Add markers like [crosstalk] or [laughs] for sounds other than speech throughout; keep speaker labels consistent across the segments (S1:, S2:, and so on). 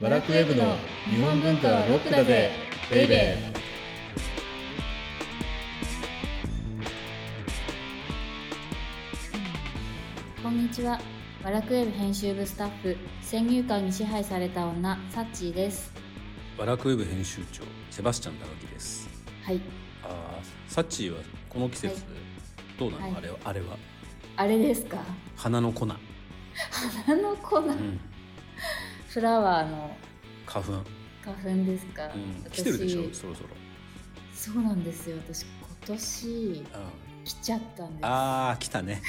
S1: バラクウェブの日本文化はロックだぜベイベー
S2: こんにちは。ワラクウェブ編集部スタッフ、先入観に支配された女、サッチーです。
S3: バラクウェブ編集長セバスチャン高木です。
S2: はい。
S3: あーサッチーはこの季節、
S2: はい
S3: どうなの、
S2: はい
S3: あれはあれは
S2: あれですか。
S3: 花の粉、う
S2: 花の粉、
S3: ん、
S2: フラワーの
S3: 花粉、
S2: 花粉ですか。
S3: うん、
S2: 私
S3: 来てるでしょそろそろ。
S2: そうなんですよ。私今年
S3: あ
S2: 来ちゃったんです。
S3: あー来た
S2: [laughs]
S3: ね。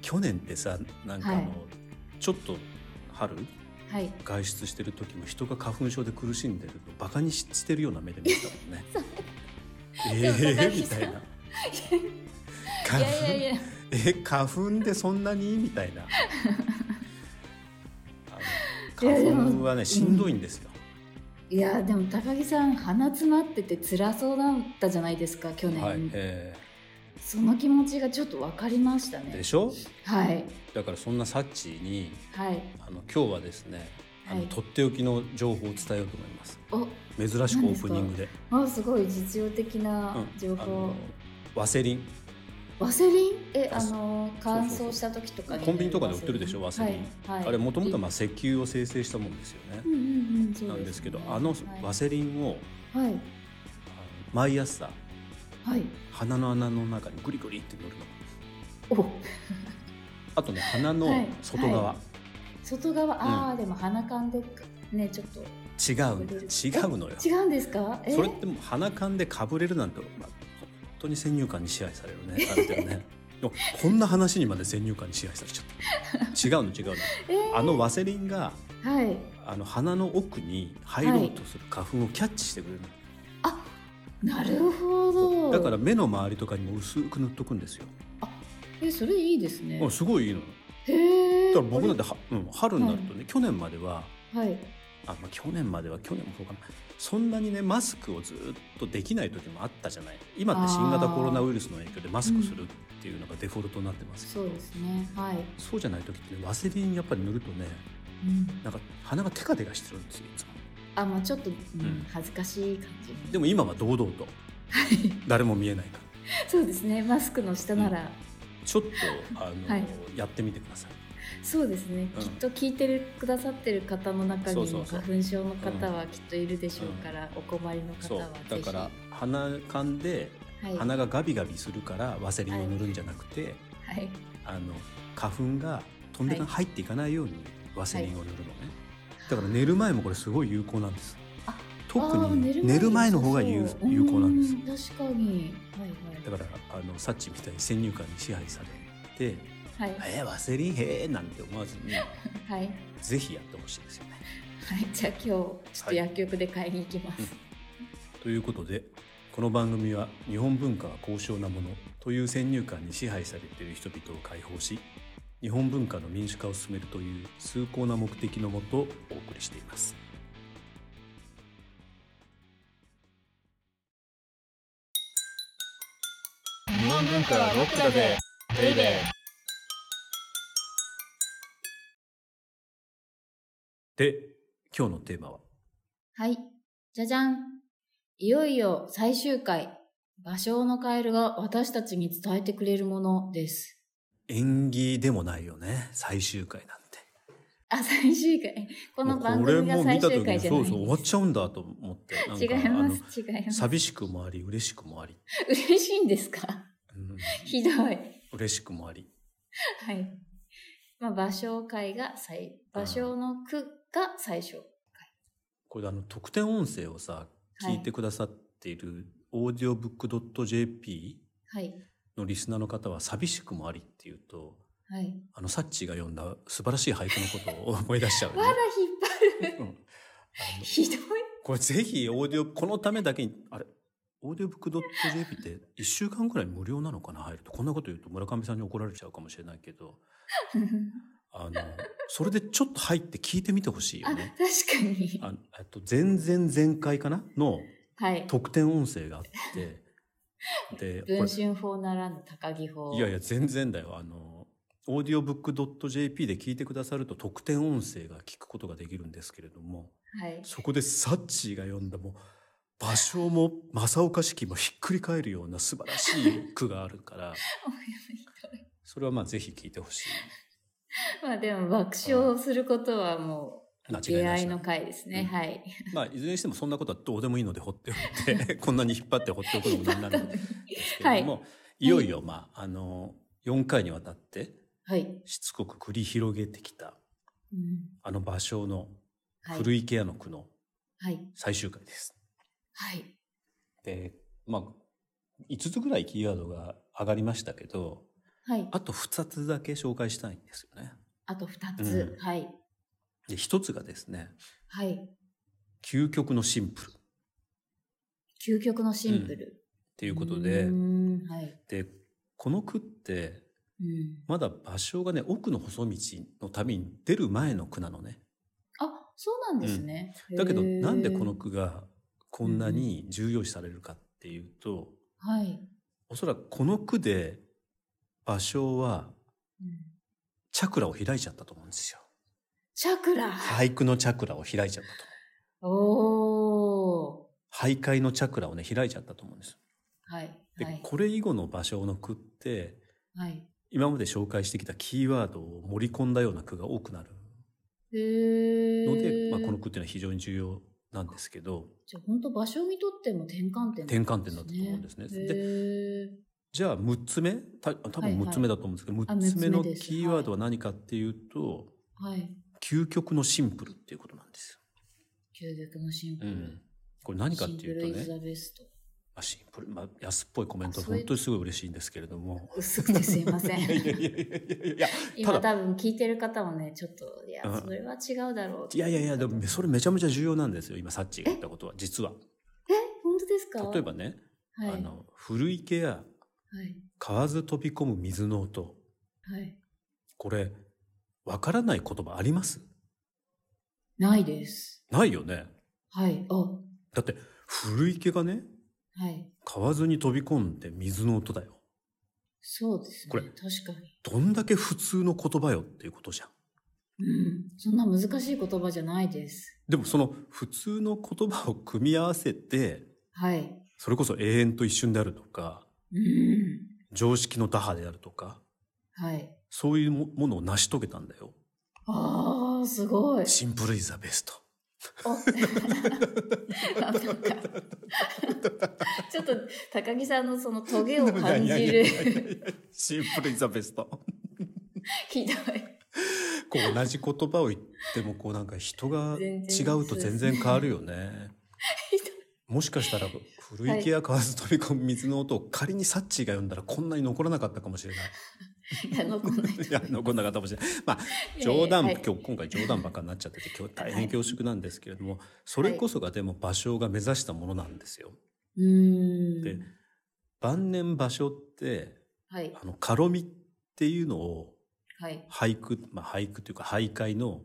S3: 去年ってさなんかあの、
S2: はい
S3: ちょっと春
S2: はい。
S3: 外出してる時も人が花粉症で苦しんでるのバカにししてるような目で見てた
S2: [laughs]
S3: もんね。え
S2: でも高
S3: えー、
S2: 木
S3: み
S2: さ
S3: た
S2: ん [laughs]
S3: い
S2: い
S3: な。花粉
S2: やいやいや。
S3: え花粉でそんなにみたいなあ
S2: [laughs]
S3: の
S2: いやでも
S3: 花粉はねしんどいんですよ、
S2: いやでも高木さん鼻詰まってて辛そうだったじゃないですか去年、
S3: はいえ
S2: その気持ちがちょっと分かりました
S3: ーで
S2: ね
S3: しょ
S2: はい
S3: だからそんなサッチーに
S2: はい
S3: あの今日はですねあの、
S2: はい
S3: とっておきの情報を伝えようと思います
S2: お
S3: 珍しくオープニングで
S2: あすごい実用的
S3: う
S2: なん情
S3: あ
S2: 報
S3: の、ワセリン
S2: ワセリンえ
S3: あ
S2: あ
S3: そう
S2: の乾燥した時とかに
S3: コンビニとかで売ってるでしょワセリン、
S2: はいはい、
S3: あれもともとまあ石油を生成したもんですよね
S2: う、んうんうんそう
S3: なんですけど
S2: ね
S3: あのワセリンを、
S2: はい
S3: あの毎朝
S2: はい、はい、
S3: 鼻の穴の中にグリグリって塗るの
S2: お
S3: あとね鼻の
S2: はい
S3: 外側、
S2: は外側ああ、でも鼻かんでねちょっと
S3: 違う
S2: かぶれる
S3: 違うのよ
S2: 違うんですかえ
S3: それってもう鼻かんでかぶれるなんて、まあ、本当に先入観に支配されるねある程
S2: [laughs]
S3: 度ねでもこんな話にまで先入観に支配されちゃった違うの違う
S2: え
S3: のあのワセリンが
S2: ーはい
S3: あの鼻の奥に入ろうとする花粉をキャッチしてくれる
S2: なるほ
S3: の、
S2: ど
S3: だから目の周りとかにも薄く塗っとくんですよ、
S2: えそれいいですね
S3: うんすごいいいの
S2: へえ
S3: だから僕なんては、うん、春になるとね、去年までは
S2: はい
S3: あ、まあ、去年までは去年もそうかなそんなにねマスクをずっとできない時もあったじゃない今って新型コロナウイルスの影響でマスクするっていうのがデフォルトになってますけ
S2: そ
S3: ど、
S2: うですねはい、
S3: そうじゃない時ってねワセリンやっぱり塗るとね
S2: うん、
S3: なんか鼻がテカテカしてるんですよいつも
S2: あまあちょっと、うん
S3: うん
S2: 恥ずかしい感じ
S3: でも今は堂々
S2: [laughs]
S3: と誰も見えないから
S2: そうですねマスクの下なら、
S3: ちょっとあの、
S2: はい
S3: やってみてください
S2: そうですね、
S3: うん
S2: きっと聞いてるくださってる方の中に
S3: そ
S2: も
S3: うそうそう
S2: 花粉症の方はきっといるでしょうから、お困りの方
S3: そう
S2: はぜ
S3: だ
S2: ひ
S3: から鼻かんで
S2: はい、
S3: 鼻がガビガビするからワセリンを塗るんじゃなくて、
S2: はい、
S3: あの花粉が飛んでか
S2: はい
S3: 入っていかないようにワセリンを塗るのね、だから寝る前もこれすごい有効なんです
S2: あ
S3: 特
S2: あー
S3: に寝る前の方が有
S2: そうそう
S3: 有効なんです
S2: です確かにはい
S3: だからあのサッチみたいに先入観に支配されて
S2: はい
S3: 「
S2: はい
S3: えー、ワセリンへえ」なんて思わず
S2: [laughs]
S3: に
S2: はい、はい
S3: ぜひやってほしいですよね。
S2: じゃあ今日ちょっと薬局で買いに行きます、
S3: ということでこの番組は日本文化は高尚なものという先入観に支配されている人々を解放し日本文化の民主化を進めるという崇高な目的のもとお送りしています。
S1: 日本文化はロックだぜベイベー
S3: で今日のテーマは
S2: はい。じゃじゃん。いよいよ最終回。芭蕉のカエルが私たちに伝えてくれるものです。
S3: 縁起でもないよね最終回なんて
S2: あ、最終回。この番
S3: これ
S2: 組が
S3: も見
S2: 最
S3: た
S2: 終
S3: 時
S2: 回
S3: に
S2: じゃ
S3: そ
S2: な
S3: う
S2: い。
S3: そう終わっちゃうんだと思って
S2: [laughs]
S3: なんか
S2: 違います。違い
S3: あの
S2: ます。
S3: 寂しくもあり嬉しくもあり、
S2: 嬉しいんですか [laughs]
S3: うん、
S2: ひどい。は
S3: 嬉しくもあり
S2: い。まあ、芭蕉会が最、芭蕉の句が最初。
S3: これあの特典音声をさ
S2: は
S3: 聞いてくださっているオーディオブックドット JP
S2: はい。
S3: のリスナーの方は寂しくもありっていうと
S2: はい。
S3: あのサッチが読んだ素晴らしい俳句のことを思い出しちゃうよ
S2: まだ
S3: ね、 [laughs]
S2: 引っ張る。
S3: うんあの
S2: ひどい。
S3: これぜひオーディオこのためだけにあれオーディオブックドット JP って1週間ぐらい無料なのかな入るとこんなこと言うと村上さんに怒られちゃうかもしれないけどあのそれでちょっと入って聞いてみてほしい
S2: [laughs]
S3: よ
S2: あ、確
S3: ね。
S2: かに。
S3: あえっと前々前回かなの
S2: はい。
S3: 特典音声があってでこ
S2: 文春法ならぬ高木法。
S3: れいやいや全然だよあのオーディオブックドット JP で聞いてくださると特典音声が聞くことができるんですけれども、
S2: はい。
S3: そこでサッチーが読んだもう、場所も正岡式もひっくり返るような素晴らしい句がある [laughs] から、それはまあぜひ聞いてほし
S2: まあでも爆笑することはも
S3: い。間
S2: う
S3: 違い
S2: 出
S3: な
S2: 会
S3: し
S2: い
S3: な
S2: の回ですね。
S3: うん
S2: はい。
S3: まあいずれにしてもそんなことはどうでもいいので放っておいて、こんなに引っ張って放っておくのもなんなんですけれども、い、よいよまあ、あの、4回にわたって
S2: [laughs] はい。
S3: しつこく繰り広げてきた、
S2: うん
S3: あの場所の
S2: はい。
S3: 古いケアの句の
S2: はい。
S3: 最終回です。
S2: はい。
S3: で、まあ、5つぐらいキーワードが上がりましたけど、
S2: はい。
S3: あと2つだけ紹介したいんですよね。
S2: あと二つ
S3: う。ん
S2: はい。
S3: で、1つがですね、
S2: はい。
S3: 究極のシンプルっ
S2: 究極のシンプル。
S3: てい
S2: と
S3: うことで、
S2: はい。
S3: で、この句って、
S2: うん。
S3: まだ場所がね、奥の細道の旅に出る前の句なのね。
S2: あ、そうなんですね。
S3: だけど、
S2: へー
S3: なんでこの句がこんなに重要視されるかっていうと、
S2: はい。
S3: おそらくこの句で、場所は
S2: うん
S3: チャクラを開いちゃったと思うんですよ。
S2: チャクラ。
S3: 俳句のチャクラを開いちゃったと。
S2: おー。
S3: 徘徊のチャクラをね、開いちゃったと思うんです。
S2: はい。
S3: で、
S2: はい。
S3: これ以後の場所の句って、
S2: はい。
S3: 今まで紹介してきたキーワードを盛り込んだような句が多くなる
S2: へー。
S3: ので、まあ、この句っていうのは非常に重要なんですけど、
S2: じゃあ本当場所にとっても転換点
S3: 転換点だったと思うんですね。
S2: へ
S3: で、
S2: ー
S3: じゃあ6つ目た多分6つ目だと思うんですけど、
S2: い
S3: 6つ目の
S2: あ六つ目です
S3: キーワードは何かっていうと、
S2: はい。
S3: 究極のシンプルっていうことなんです
S2: 究極のシンプ
S3: よ。う
S2: ル。
S3: ん。これ何かっていう
S2: シンプ
S3: と
S2: ルイズ
S3: ね、
S2: ザベスト。
S3: まあ、シンプル、まあ、安っぽいコメント、
S2: あそういう
S3: 本当にすごい嬉しいんですけれども。
S2: 薄くてすいません。
S3: いやいやいやいやいや、
S2: 今
S3: ただ
S2: 多分聞いてる方もね、ちょっと、いや
S3: うん、
S2: それは違うだろう。
S3: いやいやいや、でもそれめちゃめちゃ重要なんですよ、今、サッチが言ったことは、実は。
S2: 本当ですか
S3: 例え、ばね、
S2: はい、
S3: あの、古池や
S2: はい。
S3: 川ず飛び込む水の音、
S2: はい。
S3: これ、わからない言葉あります
S2: ないです。
S3: ないよね。
S2: はい。あ、は
S3: だって、古池がね、
S2: い。
S3: 川ずに飛び込んで水の音だよ。
S2: そうですね。
S3: これ
S2: 確かに。
S3: どんだけ普通の言葉よっていうことじゃん。
S2: うん。そんな難しい言葉じゃないです。
S3: でもその普通の言葉を組み合わせて、
S2: はい。
S3: それこそ永遠と一瞬であるとか、
S2: うん。
S3: 常識の打破であるとか、
S2: はい。
S3: そういうもものを成し遂げたんだよ。
S2: ああ、すごい。
S3: [laughs] シンプルイズザベスト。
S2: あ [laughs] なんか [laughs] ちょっと高木さんのそのトゲを感じる
S3: [laughs] シンプルイズザベスト。
S2: [laughs] ひどい
S3: こう同じ言葉を言ってもこうなんか人が違
S2: 全然
S3: うと全然変わる
S2: [laughs]
S3: よね。もしかしたら古池や川津飛び込む水の音を仮にサッチーが読んだらこんなに残らなかったかもしれない。
S2: いや残んない
S3: いや、残んなかったかもしれない。まあ、
S2: いや
S3: 冗談、
S2: はい
S3: 今日、今回冗談ばっかになっちゃってて、今日大変恐縮なんですけれども、それこそがでも芭蕉が目指したものなんですよ。
S2: うー
S3: で
S2: ん、
S3: 晩年芭蕉って、
S2: はい
S3: あの、軽みっていうのを
S2: はい
S3: 俳句、まあ俳句というか俳諧の、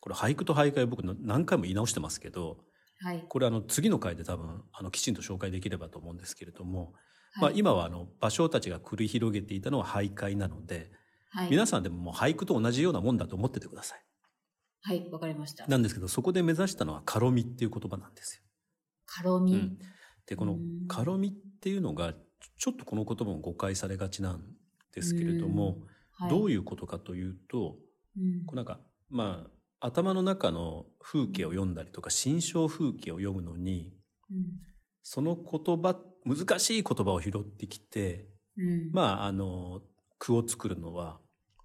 S3: これ俳句と俳諧僕の何回も言い直してますけど、
S2: はい
S3: これあの次の回で多分あのきちんと紹介できればと思うんですけれども、ま
S2: は
S3: あ
S2: い
S3: 今はあの芭蕉たちが繰り広げていたのは俳諧なので、
S2: はい
S3: 皆さんでももう俳句と同じようなもんだと思っててください。
S2: はいわかりました
S3: なんですけど、そこで目指したのは軽みっていう言葉なんです
S2: 軽
S3: よ。
S2: み、
S3: うん、で、こ
S2: う
S3: の
S2: ん
S3: 軽みっていうのが、ちょちょっとこの言葉も誤解されがちなんですけれども、
S2: はい、
S3: ど
S2: う
S3: ういうことかというと、
S2: ん
S3: こうなんか、まあ、頭の中の風景を読んだりとか、心象風景を読むのに、
S2: うん
S3: その言葉、難しい言葉を拾ってきて、
S2: うん
S3: まあ、あの、句を作るのは、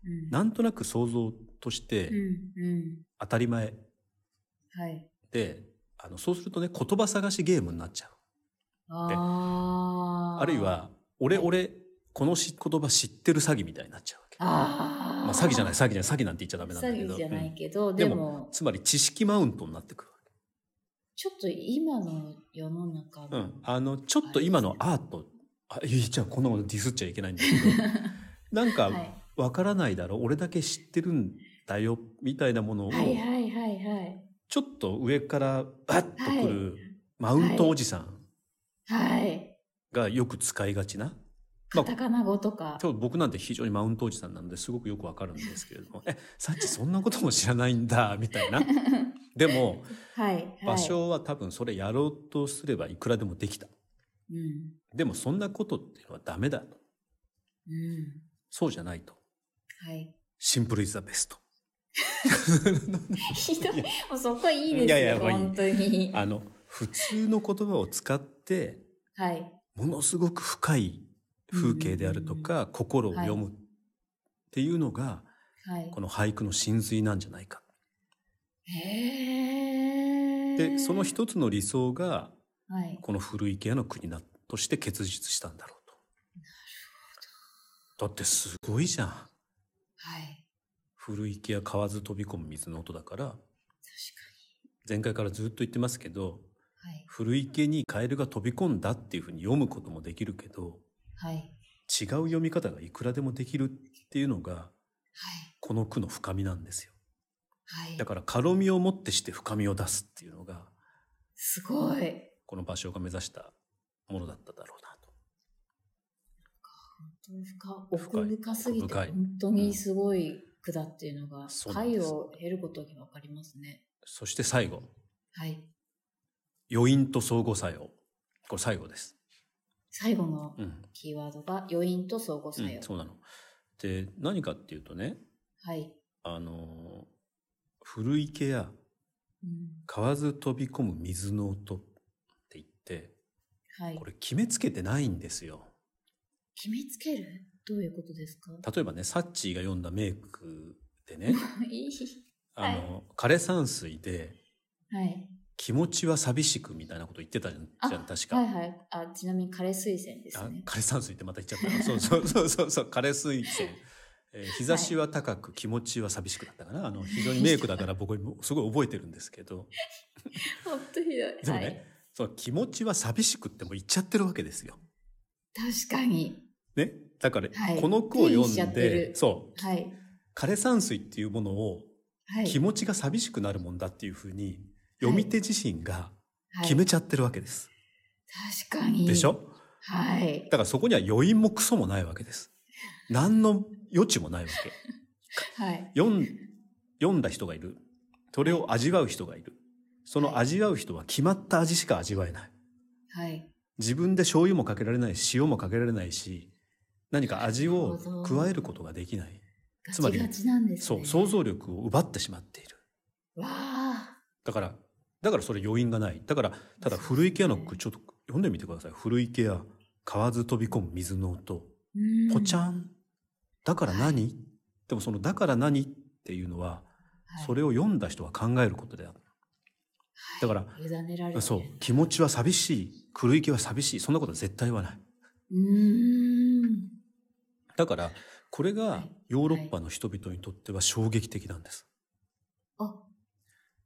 S2: うん
S3: なんとなく想像とし
S2: うん
S3: て
S2: うん
S3: 当たり前
S2: はい
S3: で、あの、そうするとね、言葉探しゲームになっちゃう。
S2: あー
S3: あるいは、俺、俺、このし言葉知ってる詐欺みたいになっちゃうわけ。
S2: あー
S3: まあ、詐欺じゃない、詐欺じゃない、詐欺なんて言っちゃダメなんだけ
S2: 詐
S3: ど。
S2: 欺じゃない
S3: うん
S2: けど、
S3: で
S2: で
S3: も
S2: も
S3: つまり知識マウントになってくるわ
S2: ちょっと今の世の中
S3: け。う
S2: の、
S3: ん。あの、ちょっと今のアート、あ、いいじゃん、こんなものディスっちゃいけないんだけ
S2: [laughs]
S3: ど、なんか
S2: は、い
S3: わからないだろう、俺だけ知ってるんだよ、みたいなものを、
S2: はいはいはいはい
S3: ちょっと上からバッとくる、マウントおじさん
S2: はい。
S3: がよく使いがちな、ま
S2: カタ
S3: あ
S2: カナ語とか。
S3: 今日僕なんて非常にマウントおじさんなんですごくよくわかるんですけれ
S2: [laughs]
S3: ども「えサッチそんなことも知らないんだ」みたいなでも
S2: はい。はい
S3: 場、所は多分それやろうとすればいくらでもできた
S2: うん。
S3: でもそんなことっていうのはダメだ
S2: うん。
S3: そうじゃないと
S2: はい。 [laughs]
S3: シンプルイズ・ザ・ベスト
S2: ひどい。もうそこいいですよ。
S3: いやいやこれいい
S2: 本当に。
S3: あの普通の言葉を使って
S2: はい。
S3: ものすごく深い風景であるとか心を読むっていうのが
S2: はい。
S3: この俳句の真髄なんじゃないか
S2: へー
S3: でその。一つの理想が
S2: はい。
S3: この古池屋の国だとして結実したんだろうと。だってすごいじゃん。
S2: はい。
S3: 古池屋買わず飛び込む水の音だから前回からずっと言ってますけど
S2: はい。
S3: 古池にカエルが飛び込んだっていうふうに読むこともできるけど
S2: はい。はい。
S3: 違う読み方がいくらでもできるっていうのがこの句の深みなんですよ
S2: はい。
S3: だから軽みをもってして深みを出すっていうのが
S2: すごい。
S3: この場所が目指したものだっただろうなと
S2: 深
S3: 深
S2: 奥
S3: い
S2: 深すぎて、
S3: 深い
S2: 本当にすごい句だっていうのが、
S3: そうなんで
S2: 回
S3: す
S2: を得ることに分かりますね。
S3: そして最後
S2: はい。
S3: 余韻と相互作用これ最後です
S2: 最後の
S3: うん、
S2: キーワードが余韻と相互
S3: う
S2: 作用。
S3: ん、そうなので何かっていうとね
S2: はい。
S3: あの古池や
S2: うん
S3: 川ず飛び込む水の音って言って、
S2: はい
S3: こ。れ決めつけてないんですよ。
S2: 決めつけるどういうことですか
S3: 例えばね、サッチーが読んだ名句でね、
S2: いい。
S3: あの、枯山水で
S2: はい。
S3: 気持ちは寂しくみたいなこと言ってたじゃ
S2: あ
S3: ん、じゃん確か。
S2: はいはい。あ、ちなみに枯れ水泉です
S3: あ
S2: ね。
S3: 枯山水ってまた言っちゃった。そうそうそうそうそう、枯水泉。えー日差しは高く気持ちは寂しくだったかな。あの、非常に名句だから僕もすごい覚えてるんですけど、
S2: 本当ひ
S3: で
S2: どい。
S3: も
S2: は
S3: ね、
S2: い。
S3: その気持ちは寂しくってもう言っちゃってるわけですよ。
S2: 確かに。
S3: ね、だから、
S2: はい
S3: この句を
S2: 定義しちゃ
S3: 読
S2: って
S3: んで
S2: る
S3: そう
S2: はい。
S3: 枯山水っていうものを
S2: はい。
S3: 気持ちが寂しくなるもんだっていうふうに読み手自身が
S2: はい
S3: 決めちゃってるわけです、
S2: 確かに。
S3: でしょ
S2: はい。
S3: だからそこには余韻もクソもないわけです何の余地もないわけ
S2: はい。
S3: 読ん読んだ人がいるそれを味わう人がいるその味わう人は決まった味しか味わえない
S2: はい。
S3: 自分で醤油もかけられないし塩もかけられないし何か味を加えることができない
S2: ガ
S3: つま
S2: チ
S3: り
S2: ガチなんです
S3: そ
S2: ね。
S3: う、想像力を奪ってしまっている。
S2: わあ。
S3: だから、だからそれ余韻がない。だから、ただ古池屋の句、ちょっと読んでみてください。古池屋、川ず飛び込む水の音、
S2: うん
S3: ぽちゃん、だから何、でもその、だから何っていうのは、
S2: はい
S3: それを読んだ人は考えることである。だから、
S2: 委ねられてる
S3: そう、気持ちは寂しい、古池は寂しい、そんなことは絶対言わない。
S2: うーん
S3: だから、これ
S2: は
S3: が
S2: い
S3: ヨーロッパの人々にとっては衝撃的なんです。
S2: あ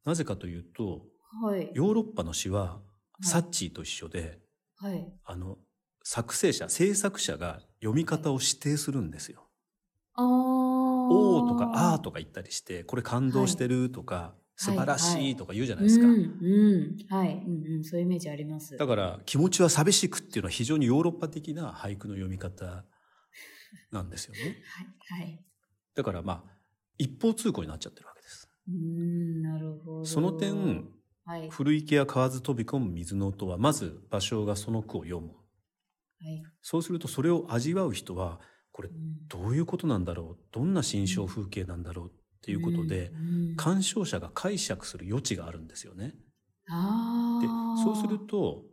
S3: なぜかというと、
S2: はい
S3: ヨーロッパの詩は、
S2: い
S3: サッチーと一緒で、
S2: はい
S3: あの、作成者、制作者が読み方を指定するんですよ。
S2: あー
S3: おーとか、あーとか言ったりして、これ感動してるとか、素晴らしいとか言うじゃないですか。
S2: うんうんはいうんうんそういうイメージあります
S3: だから、気持ちは寂しくっていうのは非常にヨーロッパ的な俳句の読み方なんですよね。
S2: はいはい
S3: だからまあ、一方通行になっちゃってるわけです。
S2: うーんなるほど
S3: その点、
S2: はい
S3: 古池や河津飛び込む水の音は、まず芭蕉がその句を読
S2: は
S3: む。
S2: い、
S3: そうすると、それを味わう人は、これ
S2: うん、
S3: どういうことなんだろうどんな心象風景なんだろうっていうことで、
S2: うんうん
S3: 鑑賞者が解釈する余地があるんですよね。
S2: あ
S3: で
S2: ー
S3: そうすると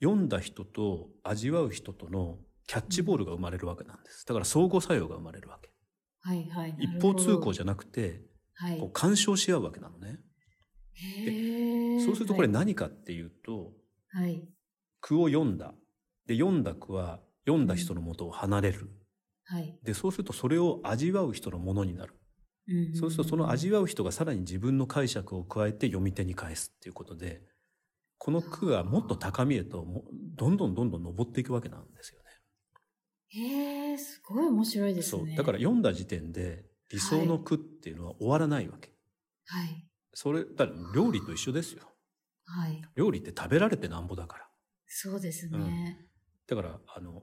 S3: 読んだ人と味わう人とのキャッチボールが生まれるわけなんです。だから相互作用が生まれるわけ。
S2: はいはい
S3: 一方通行
S2: じ
S3: じゃなくて
S2: ゃはい
S3: こう鑑賞し合うわけなのね。
S2: へー
S3: そうするとこれ
S2: はい
S3: 何かっていうと
S2: はい
S3: 句を読んだ。で読んだ句は読んだ人の元を離れる。
S2: はい
S3: でそうするとそれを味わう人のものになる。
S2: うんん
S3: そうするとその味わう人がさらに自分の解釈を加えて読み手に返すっていうことで、この句がもっと高みへともどんどんどんどん登っていくわけなんですよね。
S2: へえすごい面白いです
S3: そ
S2: ね
S3: う。だから読んだ時点で理想の句っていうのは終わらないわけ。
S2: はい
S3: それ、だから料理と一緒ですよ。
S2: はい
S3: 料理って食べられてなんぼだから。
S2: そうですね、
S3: だから、あの、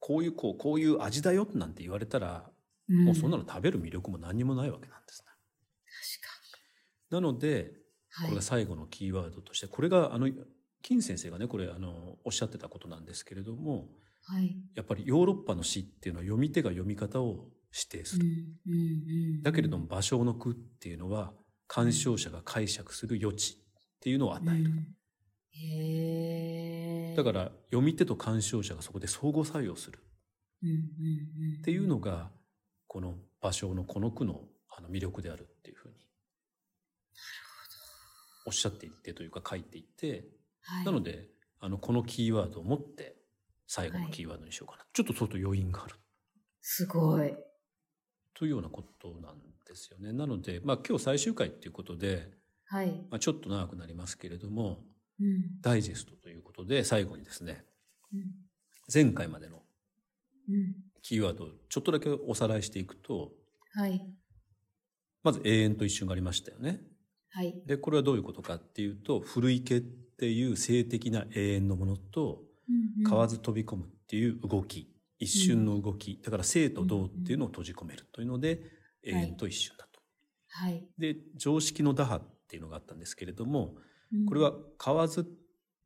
S3: こういうこうこういう味だよなんて言われたら、
S2: うん
S3: もうそんなの食べる魅力も何にもないわけなんですね。なの
S2: 確
S3: でこ
S2: かに。
S3: れ
S2: は
S3: が
S2: い。
S3: 最後のキーワードとしてこれがあの金先生がねこれあのおっしゃってたことなんですけれども
S2: はい。
S3: やっぱりヨーロッパの詩っていうのは読み手が読み方を指定す
S2: うん
S3: る。
S2: うんうん。
S3: だけれども芭蕉の句っていうのは鑑賞者が解釈する余地っていうのを与
S2: うん、
S3: える。
S2: へえ。
S3: だから読み手と鑑賞者がそこで相互作用する
S2: うんうんうん。っ
S3: っていうのがこの芭蕉のこの句のあの魅力であるっていうふうにおっしゃっていてというか書いていて
S2: はい、
S3: なのであのこのキーワードを持って最後のキーワードにしようかなちょっと相当余韻がある
S2: すごい。
S3: というようなことなんですよねなのでまあ今日最終回っていうことで
S2: はい。
S3: まあちょっと長くなりますけれども
S2: うん。
S3: ダイジェストということで最後にですね
S2: うん。
S3: 前回までの
S2: うん。
S3: キーワードをちょっとだけおさらいしていくと
S2: はい。
S3: まず永遠と一瞬がありましたよね。
S2: はい。
S3: で、これはどういうことかっていうと、古池っていう性的な永遠のものと、
S2: うんうん
S3: 買わず飛び込むっていう動き、一瞬の動き、だから生と動っていうのを閉じ込めるというので、永
S2: はい
S3: 遠と一瞬だと。
S2: はい。
S3: で、常識の打破っていうのがあったんですけれども、
S2: うん
S3: これは、買わずっ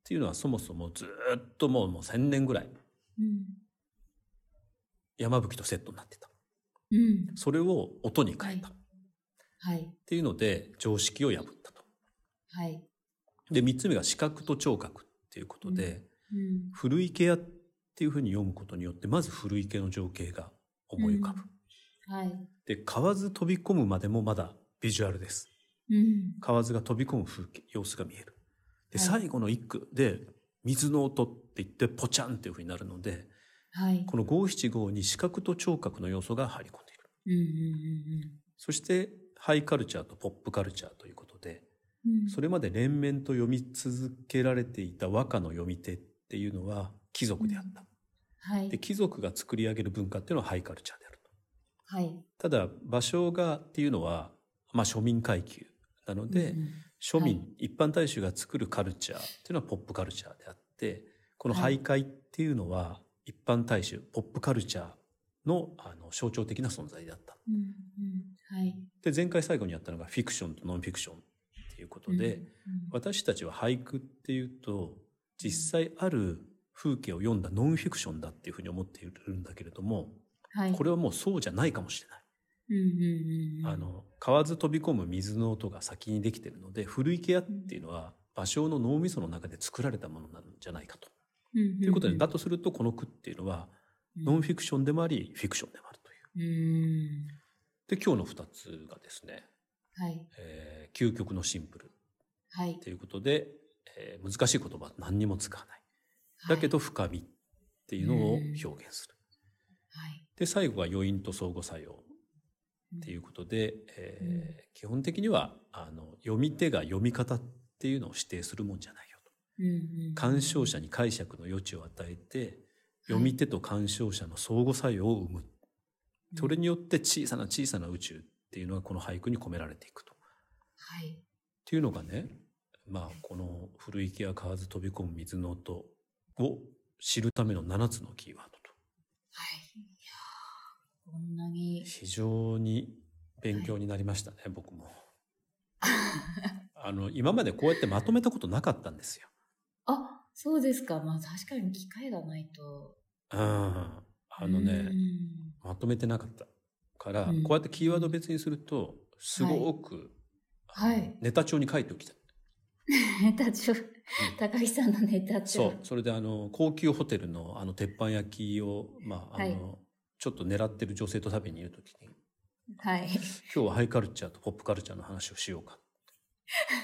S3: ていうのはそもそもずっともうもう1000年ぐらい
S2: うん。
S3: 山吹とセットになってた。
S2: うん。
S3: それを音に変えた。っ
S2: はい。
S3: ていうので、常識を破ったと。
S2: はい。
S3: で、三つ目が視覚と聴覚っていうことで、
S2: うん。
S3: 古池屋っていうふうに読むことによってまず古池の情景が思い浮かぶ、
S2: はい。
S3: で河津飛び込むまでもまだビジュアルです
S2: うん。
S3: 河津が飛び込む風景様子が見えるで、
S2: はい
S3: 最後の一句で水の音って言ってポチャンっていうふうになるので
S2: はい。
S3: この五七五に視覚と聴覚の要素が入り込んでい
S2: う
S3: る
S2: んうん
S3: そしてハイカルチャーとポップカルチャーということで
S2: うんうん。
S3: それまで連綿と読み続けられていた和歌の読み手っていうのは貴族であった、
S2: はい。
S3: で貴族が作り上げる文化っていうのはハイカルチャーであると。
S2: はい。
S3: ただ芭蕉がっていうのは、まあ、庶民階級なので、
S2: うんうん
S3: 庶民、
S2: は
S3: 一般大衆が作るカルチャーっていうのはポップカルチャーであってこの
S2: はい
S3: 徘徊っていうのは一般大衆ポップカルチャーのあの象徴的な存在だった。
S2: うんうん。はい。
S3: で前回最後にやったのがフィクションとノンフィクションっていうことで、
S2: うんうん
S3: 私たちは俳句っていうと実際ある風景を読んだノンフィクションだっていうふうに思っているんだけれども、
S2: はい。
S3: これはもうそうじゃないかもしれない。
S2: うんうんうんうん。
S3: あの川津飛び込む水の音が先にできてるので古池屋っていうのは芭蕉の脳みその中で作られたものなんじゃないかと。
S2: うんうんうん、
S3: ということでだとするとこの句っていうのはノンフィクションでもありフィクションでもあるとい
S2: うん。
S3: う。で今日の2つがですね、
S2: はい。
S3: えー究極のシンプル
S2: はい。
S3: ということで、えー難しい言葉は何にも使わない。だけど深みっていうのを表現する。
S2: はい、はい。
S3: で最後は余韻と相互作用っていうことで、えー
S2: うん
S3: 基本的にはあの読み手が読み方っていうのを指定するもんじゃないよと
S2: うんうん。
S3: 鑑賞者に解釈の余地を与えて読み手と鑑賞者の相互作用を生む、それによって小さな小さな宇宙っていうのがこの俳句に込められていくと。っ
S2: はい。
S3: ていうのがねまあこの「古池や河津飛び込む水の音」を知るための7つのキーワードと
S2: はい。いやーこんなに。
S3: 非常に勉強になりましたね、僕も。あの今までこうやってまとめたことなかったんですよ。
S2: あ、そうですか。まあ確かに機会がないと。
S3: うん、あの
S2: う
S3: ね、
S2: ん [laughs]
S3: まとめてなかったから、
S2: うん
S3: こうやってキーワード別にするとすごく、
S2: はい
S3: あのネタ帳に書いておきたい。
S2: ネタ帳、高木さんのネタ
S3: そ
S2: 帳
S3: う。それであの高級ホテルのあの鉄板焼きを、まああの
S2: はい
S3: ちょっと狙ってる女性と食べに行くときに
S2: はい。
S3: 今日はハイカルチャーとポップカルチャーの話をしようか。 [laughs]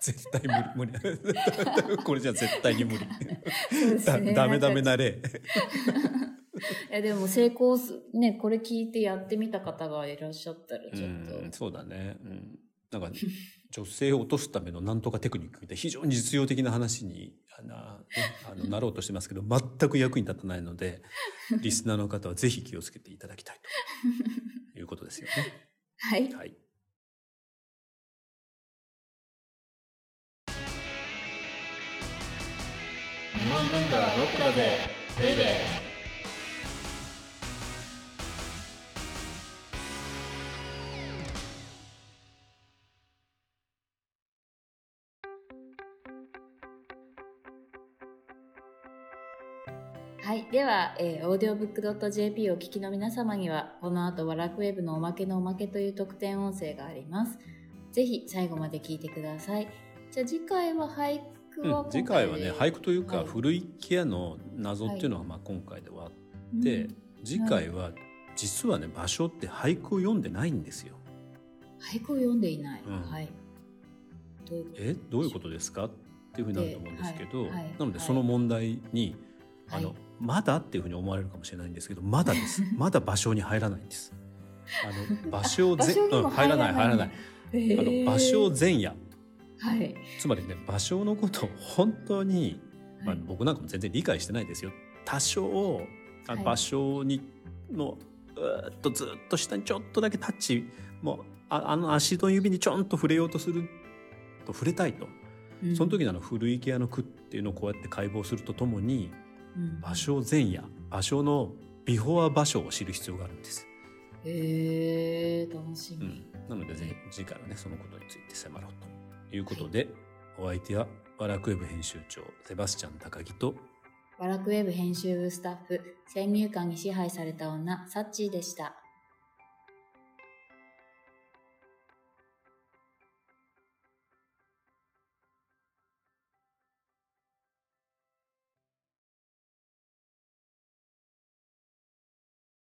S3: 絶対無理、無理。 [laughs] これじゃ絶対に無理。
S2: そうです
S3: だ
S2: ね
S3: ダメ
S2: な
S3: ダ
S2: ん
S3: メ
S2: か
S3: な例。
S2: いやでも成功す、ね、これ聞いてやってみた方がいらっしゃったら
S3: う
S2: ちょっと。
S3: ん、そうだね。うん。なん [laughs] か、女性を落とすためのなんとかテクニックみたいな非常に実用的な話にあの、ねあのなろうとしてますけど、全く役に立たないので、リスナーの方はぜひ気をつけていただきたいということですよね。
S2: はい。
S3: はい。
S1: 日本文化はロックだぜベイベー
S2: はい。では、えー、audiobook.jp をお聞きの皆様には、この後、ワラクウェブのおまけのおまけという特典音声があります。ぜひ、最後まで聞いてください。じゃあ、次回は俳句は、
S3: うん、次回はね俳
S2: 句
S3: 句というか、
S2: はい
S3: 古い木屋の謎っていうのはまあ今回ではあっ
S2: で
S3: て、次回は実はね場所って俳句を読んでないんですよ。
S2: 俳句を読んでいない。
S3: うん
S2: はい。どういうこ
S3: えどういうことですかっていうふうになると思うんですけど、
S2: ではいはい
S3: なのでその問題に、
S2: と
S3: あの
S2: はい
S3: まだっていうふうに思われるかもしれないんですけどまだです
S2: [laughs]
S3: まだ場所に入らないんです。あの場所を
S2: 場
S3: ぜ
S2: 所に
S3: う
S2: も
S3: ん入らない入らない。あ
S2: へー
S3: の場所を前夜
S2: はい。
S3: つまりね場所のことを本当に、
S2: は
S3: まあ、
S2: い
S3: 僕なんかも全然理解してないですよ。多少あ
S2: はい
S3: 場所にのうーっとずっと下にちょっとだけタッチもうああの足の指にちょんと触れようとすると触れたいと。
S2: うん
S3: その時のあの古池屋の句っていうのをこうやって解剖するとともに
S2: うん
S3: 芭蕉前夜芭蕉のビフォア芭蕉を知る必要があるんです、
S2: へえ楽し
S3: う
S2: み、
S3: ん、なのでぜひ次回はねそのことについて迫ろうということで、お相手はワラクウェブ編集長セバスチャン高木と
S2: ワラクウェブ編集部スタッフ先入観に支配された女サッチーでした